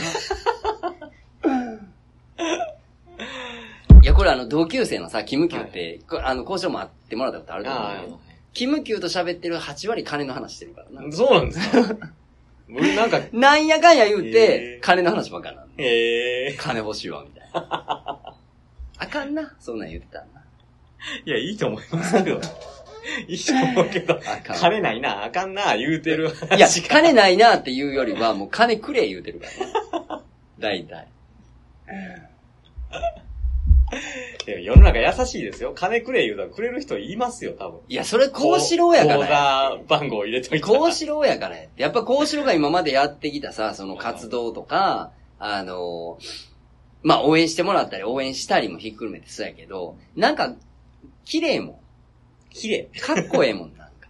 Speaker 1: いや、これあの、同級生のさ、キムキューって、これあの、交渉も会ってもらったことあると思うけど、キムキューと喋ってる8割金の話してるからな。
Speaker 2: そうなんですか 俺なんか、
Speaker 1: なんやかんや言うて
Speaker 2: へ、ー
Speaker 1: 金の話ばっかりなんで
Speaker 2: ええ
Speaker 1: 金欲しいわ、みたいな。あかんな。そんなん言ってたらな。
Speaker 2: いや、いいと思います けど。いいと思うけど、
Speaker 1: あかん
Speaker 2: 金ないな、あかんな、言うてる。
Speaker 1: いや、金ないなっていうよりは、もう金くれ言うてるからな。大体。
Speaker 2: でも世の中優しいですよ。金くれ言うたらくれる人いますよ、多分。
Speaker 1: いや、それ、幸四郎やからや。
Speaker 2: 口座番号入れといたら。
Speaker 1: 幸四郎やからや。やっぱ幸四郎が今までやってきたさ、その活動とか、あの、まあ、応援してもらったり、応援したりもひっくるめてそうやけど、なんか、綺麗も
Speaker 2: 綺麗。
Speaker 1: ん。かっこええもん、なんか。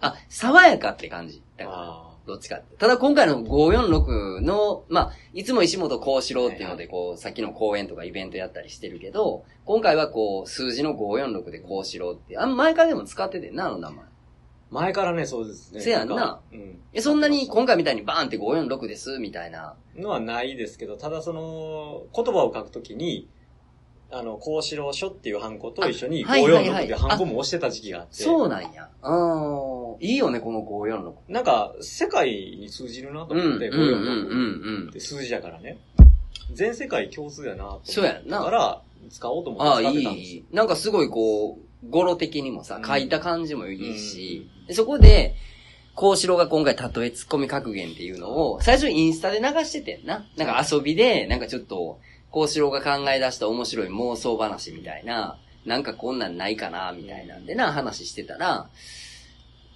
Speaker 1: あ、爽やかって感じ。だから
Speaker 2: あ
Speaker 1: どっちかって。ただ今回の546の、まあ、いつも石本幸四郎っていうので、こう、さっきの講演とかイベントやったりしてるけど、今回はこう、数字の546で幸四郎って、あん前からでも使っててんな、あの名前。
Speaker 2: 前からね、そうですね。
Speaker 1: せやんな
Speaker 2: か。うん。
Speaker 1: え、そんなに今回みたいにバーンって546です、みたいな。
Speaker 2: のはないですけど、ただその、言葉を書くときに、あの、孔子郎書っていうハンコと一緒に、
Speaker 1: あはいはいはい
Speaker 2: 546でハンコも押してた時期があって、
Speaker 1: そうなんや。あー、いいよね、この546。
Speaker 2: なんか、世界に通じるなと
Speaker 1: うん、
Speaker 2: 思
Speaker 1: う
Speaker 2: っ
Speaker 1: ん、う
Speaker 2: て、
Speaker 1: ん、う
Speaker 2: 546
Speaker 1: ん、うん
Speaker 2: っ。て数字やからね。全世界共通やなと思って
Speaker 1: そうやんな
Speaker 2: だから、使おうと思っ
Speaker 1: ああ、い
Speaker 2: て使ってたんです
Speaker 1: い。なんかすごいこう、語呂的にもさ
Speaker 2: う、ん
Speaker 1: 書いた感じもいいし、
Speaker 2: うん
Speaker 1: でそこで、幸四郎が今回たとえツッコミ格言っていうのを、最初にインスタで流しててんな。なんか遊びで、なんかちょっと、幸四郎が考え出した面白い妄想話みたいな、なんかこんなんないかな、みたいなんでな、話してたら、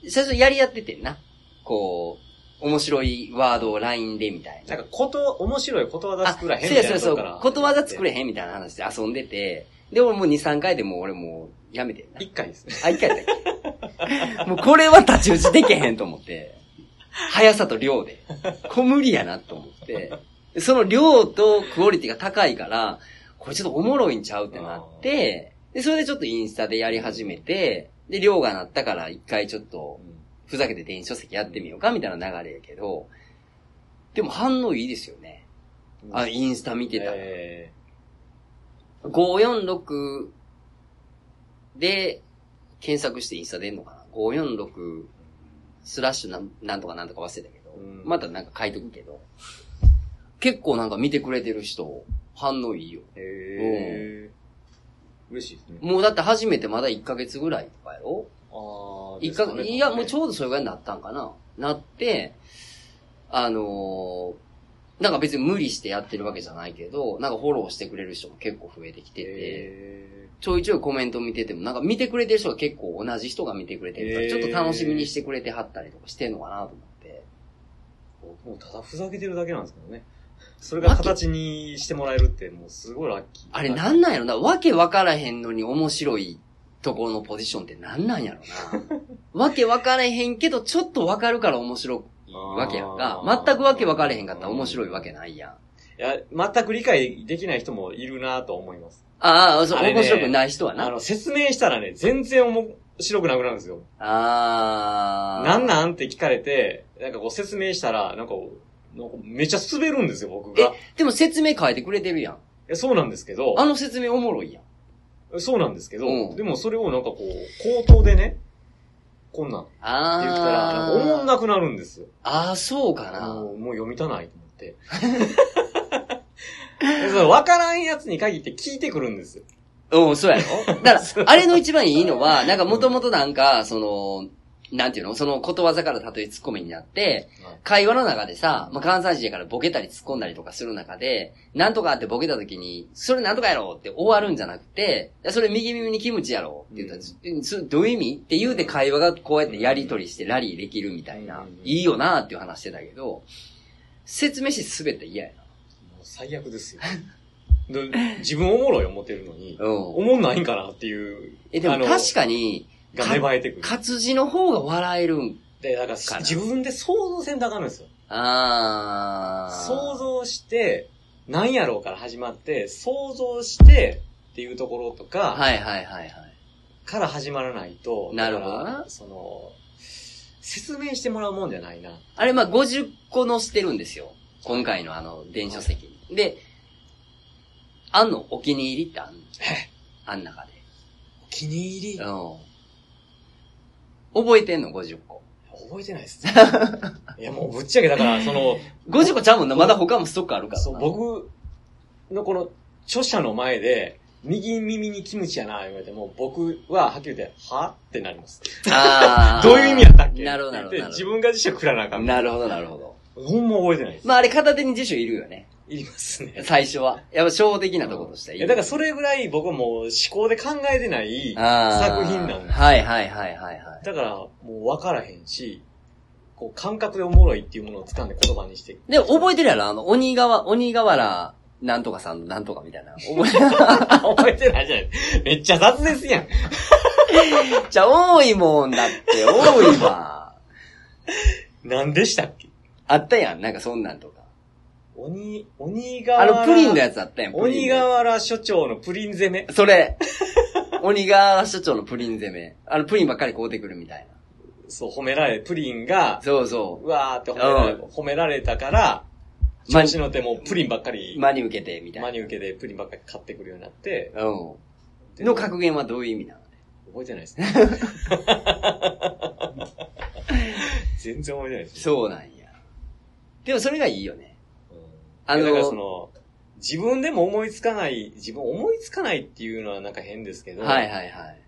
Speaker 1: 最初やり合っててんな。こう、面白いワードを LINE でみたいな。
Speaker 2: なんか、こと、面白いことわざ作らへんみ
Speaker 1: そ
Speaker 2: た
Speaker 1: う
Speaker 2: いな
Speaker 1: そうそ
Speaker 2: とこから
Speaker 1: う。ことわざ作れへんみたいな話で遊んでて、で、俺もう2、3回でもう俺もうやめてんな。
Speaker 2: 一回ですね。
Speaker 1: あ、一回やったっけもうこれは太刀打ちできへんと思って、速さと量で。小無理やなと思って、その量とクオリティが高いから、これちょっとおもろいんちゃうってなって、で、それでちょっとインスタでやり始めて、で、量がなったから一回ちょっと、ふざけて電子書籍やってみようかみたいな流れやけど、でも反応いいですよね。あ、インスタ見てたら。
Speaker 2: え
Speaker 1: 546で検索してインスタ出んのかな ?546 スラッシュなんなんとかなんとか忘れたけど、
Speaker 2: うん
Speaker 1: またなんか書いとくけど、結構なんか見てくれてる人、反応いいよ。
Speaker 2: ーへー嬉しいですね。
Speaker 1: もうだって初めてまだ1ヶ月ぐらいとかやろ
Speaker 2: あ
Speaker 1: 一ヶ月、いや、もうち
Speaker 2: ょ
Speaker 1: ょうどそれぐらいになったんかな。なって、あのーなんか別に無理してやってるわけじゃないけど、なんかフォローしてくれる人も結構増えてきてて、
Speaker 2: え
Speaker 1: ちょいちょいコメント見てても、なんか見てくれてる人が結構同じ人が見てくれてるから、
Speaker 2: へー
Speaker 1: ちょっと楽しみにしてくれてはったりとかしてんのかなと思って。
Speaker 2: ー僕もうただふざけてるだけなんですけどね。それが形にしてもらえるって、もうすごいラッキー。
Speaker 1: あれなんなんやろなわけわからへんのに面白いところのポジションってなんなんやろ なわけわからへんけど、ちょっとわかるから面白いわけやんか
Speaker 2: あ。ー
Speaker 1: 全くわけわからへんかったら面白いわけないやん。
Speaker 2: いや、全く理解できない人もいるなと思います。
Speaker 1: ああ、そう、
Speaker 2: あれね
Speaker 1: 面白くない人は
Speaker 2: あ
Speaker 1: な。
Speaker 2: の、説明したらね、全然面白くなくなるんですよ。
Speaker 1: ああ。
Speaker 2: なんなんって聞かれて、なんかこう説明したら、なんか、なんかめっちゃ滑るんですよ、僕が。
Speaker 1: でも説明変えてくれてるやん。
Speaker 2: えそうなんですけど、
Speaker 1: あの説明おもろいやん。
Speaker 2: そうなんですけど、
Speaker 1: うん
Speaker 2: でもそれをなんかこう、口頭でね、こんなんって
Speaker 1: ああ。
Speaker 2: 言ったら、なんか思んなくなるんですよ。
Speaker 1: ああ、そうかな。
Speaker 2: もうもう読みたないと思って。 でその分からんやつに限って聞いてくるんですよ。
Speaker 1: うん、そうやろだから、 あれの一番いいのは、なんかもともとなんか、その、なんていうのそのことわざからたとえツッコミになって、会話の中でさ、まあ、関西人やからボケたり突っ込んだりとかする中で、なんとかってボケた時に、それなんとかやろって終わるんじゃなくて、いやそれ右耳にキムチやろって言ったら、うんそれどういう意味って言うて会話がこうやってやりとりしてラリーできるみたいな、
Speaker 2: うん
Speaker 1: いいよなっていう話してたけど、説明し滑って嫌やな。
Speaker 2: もう最悪で すよ。で自分おもろい思ってるのに、
Speaker 1: うん。
Speaker 2: おもんないんかなっていう、
Speaker 1: え、でも
Speaker 2: あの
Speaker 1: 確かに、
Speaker 2: が芽生えてくる。
Speaker 1: 活字の方が笑えるん
Speaker 2: で、だから
Speaker 1: かな
Speaker 2: 自分で想像せんとあかんのですよ。
Speaker 1: あー。
Speaker 2: 想像して、なんやろうから始まって、想像してっていうところとか、
Speaker 1: はいはいはいはい。
Speaker 2: から始まらないと、
Speaker 1: なるほどな
Speaker 2: だからその、説明してもらうもんじゃないな。
Speaker 1: あれ、まあ、50個載してるんですよ。今回のあの、電子書籍に。で、あんのお気に入りって あんのあん中で。
Speaker 2: お気に入り
Speaker 1: うん。覚えてんの ?50 個。
Speaker 2: 覚えてないで すね。いや、もうぶっちゃけだから、その、
Speaker 1: 50個ちゃうもんな。まだ他もストックあるからな。
Speaker 2: そう、僕のこの著者の前で、右耳にキムチやな、言われても、僕ははっきり言って、はってなります。
Speaker 1: あー
Speaker 2: どういう意味やったっけ
Speaker 1: なるほどなるほど
Speaker 2: って
Speaker 1: な
Speaker 2: 自
Speaker 1: る
Speaker 2: 分が辞書食らなあか
Speaker 1: ほど。
Speaker 2: ん。
Speaker 1: なるほど、なるほど。
Speaker 2: ほんま覚えてないです。
Speaker 1: まあ、あれ片手に辞書いるよね。
Speaker 2: いりますね。
Speaker 1: 最初は。やっぱ、小的なとことしてはいい
Speaker 2: や、だからそれぐらい僕はもう思考で考えてない
Speaker 1: あー
Speaker 2: 作品なんです。
Speaker 1: はいはいはいはいはい。
Speaker 2: だからもう分からへんし、こう感覚でおもろいっていうものを掴んで言葉にして。
Speaker 1: で、覚えてるやろあの、鬼川、鬼瓦、なんとかさんのなんとかみたいな。 覚え
Speaker 2: あ覚えてないじゃない。めっちゃ雑ですやん。
Speaker 1: めっちゃ多いもんだって、多いわ。
Speaker 2: 何でしたっけ
Speaker 1: あったやん、なんかそんなんとか。
Speaker 2: 鬼、鬼
Speaker 1: あの、
Speaker 2: 瓦。
Speaker 1: プリンのやつあったやん、プリ
Speaker 2: 鬼
Speaker 1: ンのやつ。
Speaker 2: 瓦所長のプリン攻め。
Speaker 1: それ。鬼川所長のプリン攻め。あの、プリンばっかり買うてくるみたい
Speaker 2: そう、褒められ、プリンが
Speaker 1: な。、そうそう
Speaker 2: わーって褒められ
Speaker 1: うん
Speaker 2: 褒められたから、
Speaker 1: ま
Speaker 2: 調子乗ってもうプリンばっかり
Speaker 1: う。、真に受けて、みたいな。
Speaker 2: 真に受けでプリンばっかり買ってくるようになって、
Speaker 1: うん。の格言はどういう意味なの
Speaker 2: 覚えてないです ね。全然覚えてないですね。
Speaker 1: そうなんや。でもそれがいいよね。あ
Speaker 2: あ
Speaker 1: の
Speaker 2: の、だからその、自分でも思いつかない、自分思いつかないっていうのはなんか変ですけど、
Speaker 1: はいはいはい。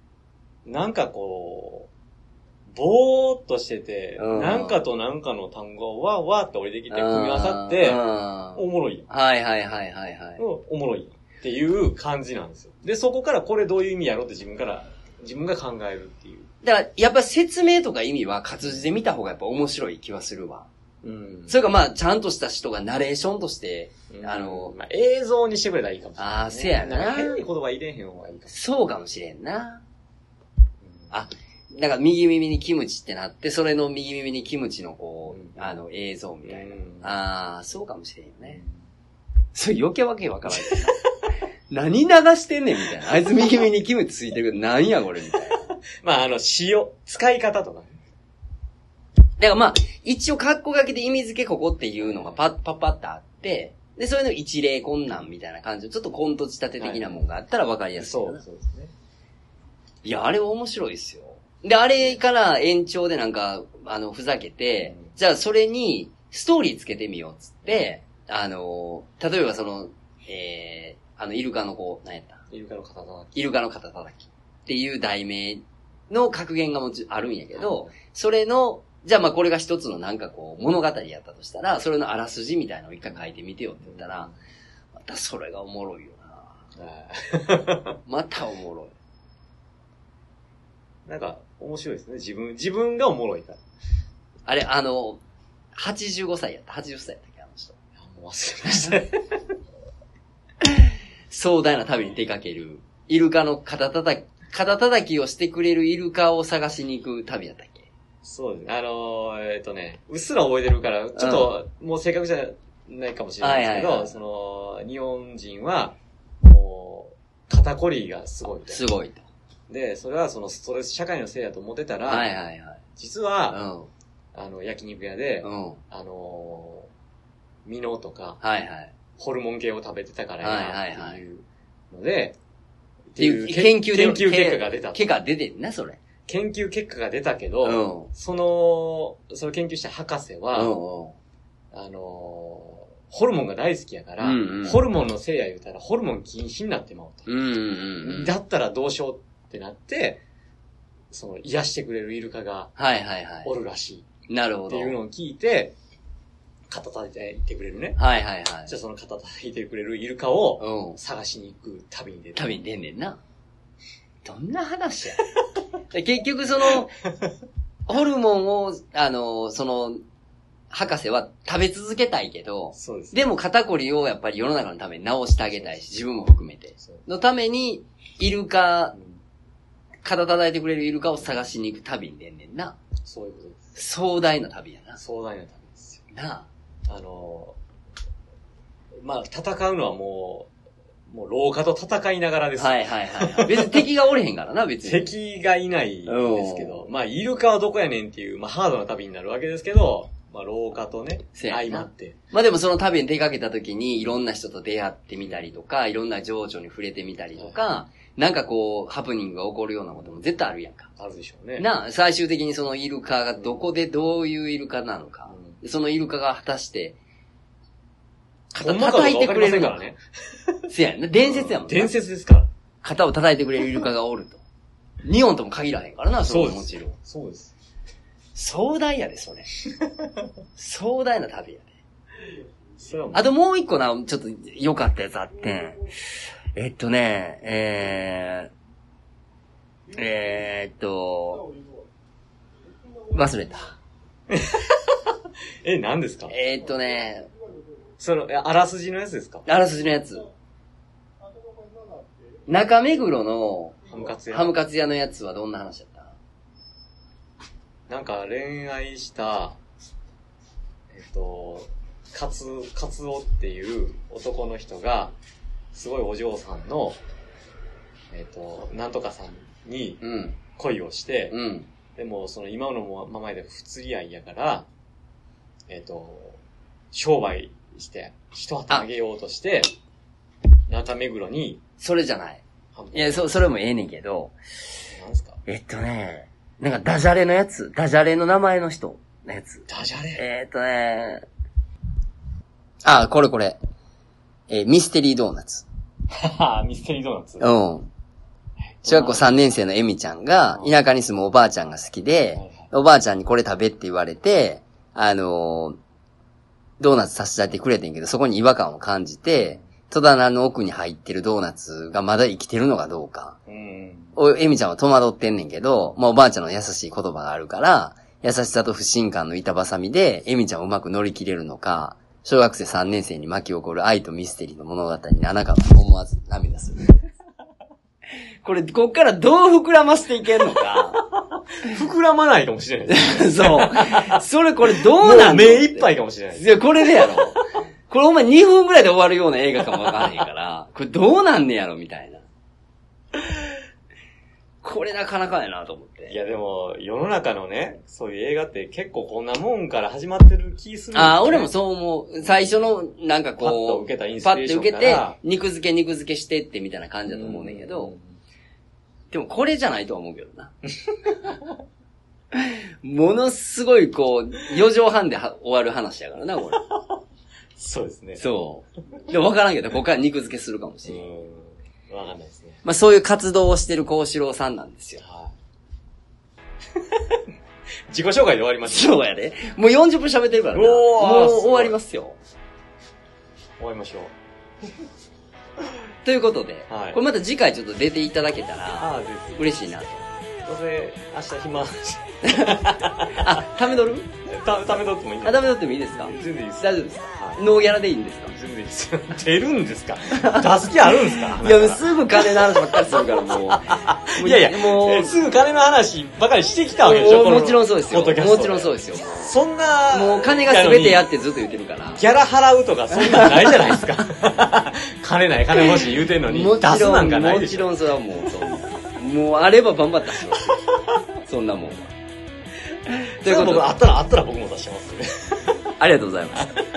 Speaker 2: なんかこう、ぼーっとしてて、
Speaker 1: うん
Speaker 2: なんかとなんかの単語がわーわーって降りてきて組み合わさっ
Speaker 1: う
Speaker 2: て
Speaker 1: ん、は
Speaker 2: おもろいや
Speaker 1: い
Speaker 2: ん
Speaker 1: はいはいはいはい。
Speaker 2: おもろいっていう感じなんですよ。で、そこからこれどういう意味やろうって自分から、自分が考えるっていう。
Speaker 1: だから、やっぱり説明とか意味は活字で見た方がやっぱ面白い気はするわ。
Speaker 2: うん。
Speaker 1: それかまあ、ちゃんとした人がナレーションとして、
Speaker 2: うん
Speaker 1: あの
Speaker 2: まあ、映像にしてくれたらいいかもしれない、
Speaker 1: あーせやなん
Speaker 2: か変に言葉入れへん方がいいかもし
Speaker 1: そうかもしれんな。
Speaker 2: れない。
Speaker 1: あだから右耳にキムチってなって、それの右耳にキムチのこ
Speaker 2: う
Speaker 1: う、
Speaker 2: ん
Speaker 1: あの映像みたいな。
Speaker 2: うん
Speaker 1: ああ、そうかもしれんよね。
Speaker 2: うん
Speaker 1: それ余計わけわからんよな。 何流してんねんみたいな。あいつ右耳にキムチついてるけど、なんやこれみたいな。だか
Speaker 2: まあ、あの、塩、使い方とかね。
Speaker 1: らまあ、一応格好書きで意味付けここっていうのがパッパッパッとあって、で、それの一例困難みたいな感じの、ちょっとコント仕立て的なもんがあったらわかりやすいかな。
Speaker 2: そうですね。
Speaker 1: いや、あれ面白いですよ。で、あれから延長でなんか、あの、ふざけて、
Speaker 2: うん
Speaker 1: じゃあそれにストーリーつけてみようっつって、あの、例えばその、えー、あの、イルカのこう、何やった
Speaker 2: イルカの肩叩き。
Speaker 1: イルカの肩叩きっていう題名の格言がもちあるんやけど、それの、じゃあまあこれが一つのなんかこう、物語やったとしたら、それのあらすじみたいのを一回書いてみてよって言ったら、またそれがおもろいよな。
Speaker 2: あ
Speaker 1: またおもろい。
Speaker 2: ー、なんか、面白いですね。自分、自分がおもろいから。
Speaker 1: あれ、あの、85歳やった、80歳やったっけ、あの人。
Speaker 2: あもう忘れました。
Speaker 1: 壮大な旅に出かける、イルカの肩叩き、肩叩きをしてくれるイルカを探しに行く旅やったっけ
Speaker 2: そうですね。あのー、えっ、とね、うっすら覚えてるから、ちょっと、もう正確じゃないかもしれないですけど、
Speaker 1: はいはいはい
Speaker 2: その、日本人は、もう、肩こりがすごいみたい
Speaker 1: すごいと。
Speaker 2: なで、それはそのストレス社会のせいだと思ってたら、
Speaker 1: はいはいはい。
Speaker 2: 実は、
Speaker 1: う
Speaker 2: あの、焼肉屋で、
Speaker 1: ん。うん。
Speaker 2: あのー、ミノとか、
Speaker 1: はいはい。
Speaker 2: ホルモン系を食べてたから
Speaker 1: はい
Speaker 2: や
Speaker 1: はい
Speaker 2: なっ
Speaker 1: は
Speaker 2: て
Speaker 1: い
Speaker 2: いうので、って
Speaker 1: いう研究で
Speaker 2: 研究結果が出た。
Speaker 1: 毛が出てんな、それ。
Speaker 2: 研究結果が出たけ
Speaker 1: うん。う
Speaker 2: ど、
Speaker 1: ん
Speaker 2: その、その研究した博士は、
Speaker 1: うん。
Speaker 2: あのー、ホルモンが大好きやから、
Speaker 1: うんうん
Speaker 2: ホルモンのせいや言うたら、ホルモン禁止になってまうと。
Speaker 1: うんうんうん。
Speaker 2: だったらどうしようってなって、その、癒してくれるイルカが
Speaker 1: はいはいは
Speaker 2: おるらし
Speaker 1: い。なる
Speaker 2: い
Speaker 1: ほ
Speaker 2: って
Speaker 1: ど。は
Speaker 2: いう
Speaker 1: い
Speaker 2: のを聞いて、肩叩いていってくれるね。
Speaker 1: はいはい
Speaker 2: じゃ。あその肩叩いてくれるイルカを
Speaker 1: うん。
Speaker 2: 探しに行く旅に出る。
Speaker 1: 旅に出んねんな。どんな話や。 で結局その、ホルモンを、あの、その、博士は食べ続けたいけど、
Speaker 2: そうですね。
Speaker 1: でも肩こりをやっぱり世の中のために直してあげたいし、自分も含めて。
Speaker 2: そう
Speaker 1: のために、イルカ、肩叩いてくれるイルカを探しに行く旅に出んねんな。
Speaker 2: そういうことです。
Speaker 1: 壮大な旅やな。
Speaker 2: 壮大な旅ですよ。
Speaker 1: な
Speaker 2: あのー、まあ、戦うのはもう、もう廊下と戦いながら
Speaker 1: あ。
Speaker 2: です。
Speaker 1: はいはいはい。別に敵がおれへんからな、別 に。
Speaker 2: 敵がいないんですけど、まあ、イルカはどこやねんっていう、まあ、ハードな旅になるわけですけど、まあ、廊下とね、
Speaker 1: せやな
Speaker 2: 相まって。
Speaker 1: まあでもその旅に出かけた時にいろんな人と出会ってみたりとか、いろんな情緒に触れてみたりとか、なんかこう、ハプニングが起こるようなことも絶対あるやんか。
Speaker 2: あるでしょうね。
Speaker 1: なあ、最終的にそのイルカがどこでどういうイルカなのか、そのイルカが果たして、
Speaker 2: ほ
Speaker 1: 肩
Speaker 2: んまかどう
Speaker 1: 叩い
Speaker 2: か
Speaker 1: て
Speaker 2: わか
Speaker 1: く
Speaker 2: りま
Speaker 1: れ
Speaker 2: せ
Speaker 1: る
Speaker 2: ん
Speaker 1: の
Speaker 2: から
Speaker 1: か。
Speaker 2: ね。
Speaker 1: せやんな。伝説やもんな。
Speaker 2: 伝説ですから。
Speaker 1: 肩を叩いてくれるイルカがおると。日本とも限らへんからな、それはもちろん。
Speaker 2: そうです。
Speaker 1: 壮大やで、 それ。 壮大な旅やで。
Speaker 2: それはもう
Speaker 1: あともう一個な、ちょっと良かったやつあって、えっとね、えー、えー、っと、忘れた。
Speaker 2: え、何ですか
Speaker 1: えー、っとね、
Speaker 2: その、えあらすじのやつですか
Speaker 1: あらすじのやつ。中目黒の
Speaker 2: ハムカツ
Speaker 1: ハ
Speaker 2: や
Speaker 1: ム。カツ屋のやつはどんな話だった
Speaker 2: なんか恋愛した、えっと、カツ、カツオっていう男の人が、すごいお嬢さんの、えっと、なんとかさんに
Speaker 1: うん、
Speaker 2: 恋をして、
Speaker 1: うん、
Speaker 2: でもその今のままで不釣り合いやから、えっと、商売して、一旗あげようとして、中目黒に、
Speaker 1: それじゃない。
Speaker 2: ハムカ
Speaker 1: いや、そ、それもええねんけど、
Speaker 2: ツなんですか
Speaker 1: えっとね、なんかダジャレのやつ、ダジャレの名前の人のやつ。
Speaker 2: ダジャレ
Speaker 1: えーっとね、あ、これこれ。えーミステリードーナツ。
Speaker 2: はは ミステリードーナツ。
Speaker 1: うん。小学校3年生のエミちゃんが、田舎に住むおばあちゃんが好きで、おばあちゃんにこれ食べって言われて、あのードーナツ差し出してくれてんけど、そこに違和感を感じて、戸棚の奥に入ってるドーナツがまだ生きてるのかどうか。
Speaker 2: うん。
Speaker 1: お、エミちゃんは戸惑ってんねんけど、まあおばあちゃんの優しい言葉があるから、優しさと不信感の板挟みで、エミちゃんをうまく乗り切れるのか、小学生3年生に巻き起こる愛とミステリーの物語に七川は思わず涙する。 これ、こっからどう膨らましていけんのか。
Speaker 2: 膨らまないかもしれないです。
Speaker 1: そう。 それこれどうなんの
Speaker 2: も目いっぱいかもしれないで
Speaker 1: い
Speaker 2: す。
Speaker 1: や、これで やろ。これお前2分ぐらいで終わるような映画かもわからへん から、これどうなんねやろみたいな。これなかなかやなと思って。
Speaker 2: いやでも、世の中のね、そういう映画って結構こんなもんから始まってる気するんですよね、
Speaker 1: ああ、俺もそう思う。最初の、なんか
Speaker 2: パッと
Speaker 1: こ
Speaker 2: 受けたイン
Speaker 1: う、
Speaker 2: ス
Speaker 1: パ
Speaker 2: ピレ
Speaker 1: ッ
Speaker 2: ー
Speaker 1: て
Speaker 2: ション
Speaker 1: 受け
Speaker 2: か
Speaker 1: て
Speaker 2: ら、
Speaker 1: 肉付け肉付けしてってみたいな感じだと思うねんけど、でもこれじゃないとは思うけどな。 ものすごいこう、4畳半では終わる話やからな、こ
Speaker 2: そうですね
Speaker 1: れ。。そう。でも分からんけど、ここから肉付けするかもし
Speaker 2: う
Speaker 1: れん。
Speaker 2: ん。わかんないですね。
Speaker 1: まあそういう活動をしてる幸四郎さんなんですよ。
Speaker 2: はい 自己紹介で終わりました。
Speaker 1: そうやで。もう40分喋ってるからな。
Speaker 2: お
Speaker 1: も
Speaker 2: ー
Speaker 1: う
Speaker 2: すごい
Speaker 1: 終わりますよ。
Speaker 2: 終わりましょう。
Speaker 1: ということで、
Speaker 2: はい
Speaker 1: これまた次回ちょっと出ていただけたら、
Speaker 2: ああ、です。
Speaker 1: 嬉しいなと。
Speaker 2: どうせ、明日 暇。
Speaker 1: あ、ため撮る
Speaker 2: た、ためとってもいいん
Speaker 1: あ、
Speaker 2: だ。
Speaker 1: ため撮ってもいいですか
Speaker 2: 全然いいです。
Speaker 1: 大丈夫ですか
Speaker 2: は
Speaker 1: ノーギャラでいいんですか
Speaker 2: い。全然いいです。出るんで すか出す気あるんですか。
Speaker 1: いや、すぐ金の話ばっかりするから、もう
Speaker 2: いやいや、
Speaker 1: もう
Speaker 2: え、すぐ金の話ばかりしてきたわけでしょ
Speaker 1: もうもちろんそうですよ。
Speaker 2: ポッドキャスト
Speaker 1: もちろんそうですよ。
Speaker 2: そんな、
Speaker 1: もう金が全てやっ
Speaker 2: の
Speaker 1: てずっと言ってるから
Speaker 2: に。ギャラ払うとかそんなんないじゃないですか。 金ない、金欲しい言うてんのに、
Speaker 1: も
Speaker 2: 出
Speaker 1: ち
Speaker 2: す
Speaker 1: ろ、
Speaker 2: なんんかない
Speaker 1: も
Speaker 2: で
Speaker 1: ち
Speaker 2: しょ。
Speaker 1: ろんそれはもうそう、もうあればバンバン出してますよ。そんなもんは。と
Speaker 2: そ
Speaker 1: い
Speaker 2: れ
Speaker 1: う
Speaker 2: は
Speaker 1: こと
Speaker 2: 僕、
Speaker 1: で
Speaker 2: あ、ったらあったら僕も出してますね。
Speaker 1: ありがとうございました。